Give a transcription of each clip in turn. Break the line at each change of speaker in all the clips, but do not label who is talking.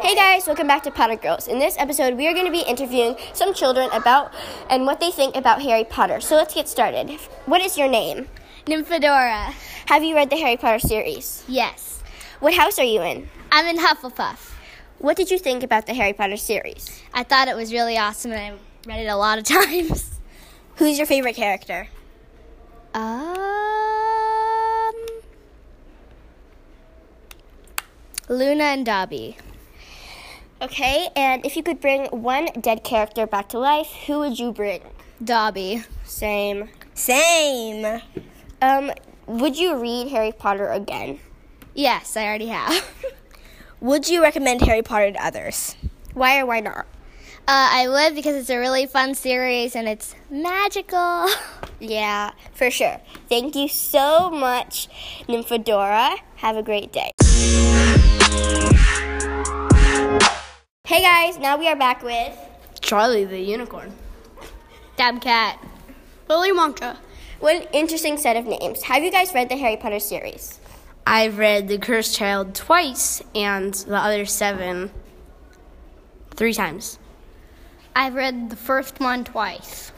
Hey guys, welcome back to Potter Girls. In this episode, we are going to be interviewing some children about and what they think about Harry Potter. So let's get started. What is your name?
Nymphadora.
Have you read the Harry Potter series?
Yes.
What house are you in?
I'm in Hufflepuff.
What did you think about the Harry Potter series?
I thought it was really awesome and I read it a lot of times.
Who's your favorite character?
Um Luna and Dobby.
Okay, and if you could bring one dead character back to life, who would you bring?
Dobby.
Same.
Same.
Um, would you read Harry Potter again?
Yes, I already have.
Would you recommend Harry Potter to others?
Why or why not?
Uh, I would because it's a really fun series and it's magical.
Yeah, for sure. Thank you so much, Nymphodora. Have a great day. Hey guys, now we are back with.
Charlie the Unicorn.
Dab cat.
Willy Wonka.
What an interesting set of names. Have you guys read the Harry Potter series?
I've read The Cursed Child twice and the other seven three times.
I've read the first one twice.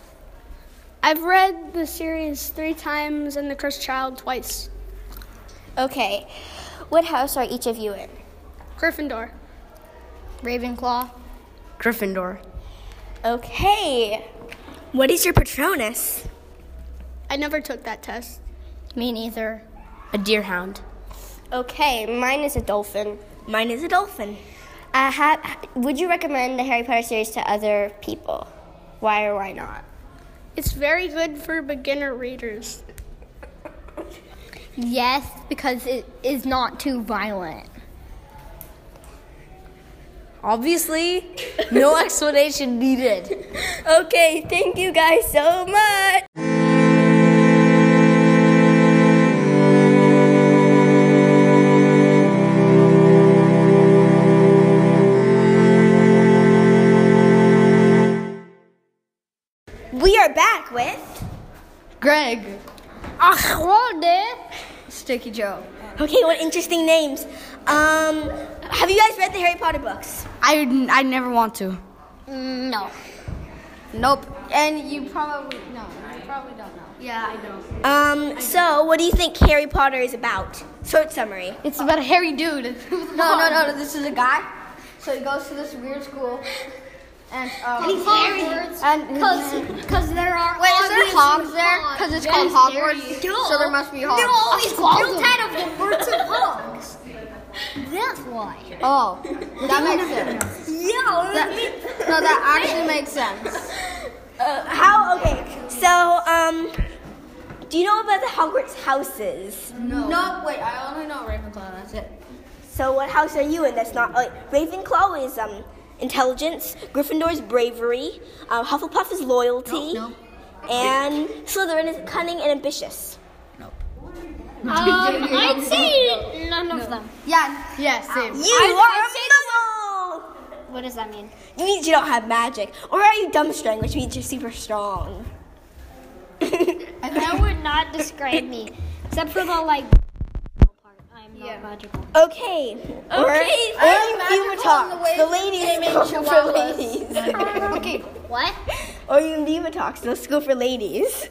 I've read the series three times and The Cursed Child twice.
Okay, what house are each of you in?
Gryffindor.
Ravenclaw.
Gryffindor.
Okay,
What is your Patronus?
I never took that test.
Me neither.
A deerhound.
okay, mine is a dolphin.
Mine is a dolphin.
Uh, ha- would you recommend the Harry Potter series to other people? Why or why not?
It's very good for beginner readers.
Yes, because it is not too violent.
Obviously, no explanation needed.
Okay, thank you guys so much. We are back with.
Greg. Ah, Sticky Joe.
Okay, what interesting names. Um, have you guys read the Harry Potter books?
I, I never want to. Mm,
No.
Nope.
And you probably no, you probably don't know.
Yeah, I don't.
Um, so what do you think Harry Potter is about? Short summary.
It's about a hairy dude.
No, no, no, no. This is a guy. So he goes to this weird school. And, um,
He's Hogwarts.
and
Cause, cause there are
Wait, is there hogs there? Because it's called Hogwarts.
No.
So there must be hogs.
No, it's built out of the words of hogs. That's why.
Oh, that makes sense.
Yeah.
No, that actually makes sense.
How? Oh, Okay. So, um, do you know about the Hogwarts houses?
No. No, wait, I only know Ravenclaw, that's it.
So, what house are you in? That's not like Ravenclaw is um intelligence. Gryffindor is bravery. Uh, Hufflepuff is loyalty.
No, no.
And Slytherin is cunning and ambitious.
Um, I'd say none of them.
Yeah. Yeah, same.
You are a muggle!
What does that mean?
It means you don't have magic. Or are you dumbstrung, which means you're super strong.
That would not describe me, except for the like. part. I'm not magical.
Okay. Okay. Or, or you Talks, the ladies school for ladies.
Okay. What?
or you Viva Talks, the school for ladies.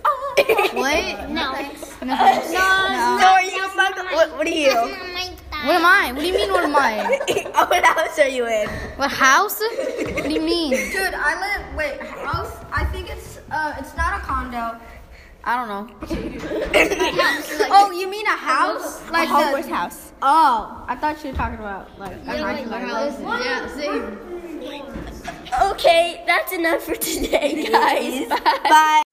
What?
No.
No, are you a muggle? What, what are you?
What am I? What do you mean, what am I?
oh, what house are you in?
What house? What do you mean?
Dude, I live. Wait, house? I think it's. Uh, it's not a condo.
I don't know.
oh, you mean a house?
A
Like
Hogwarts
the,
house.
Oh, I thought you were talking about like.
Yeah, same.
Okay, that's enough for today, guys. Bye.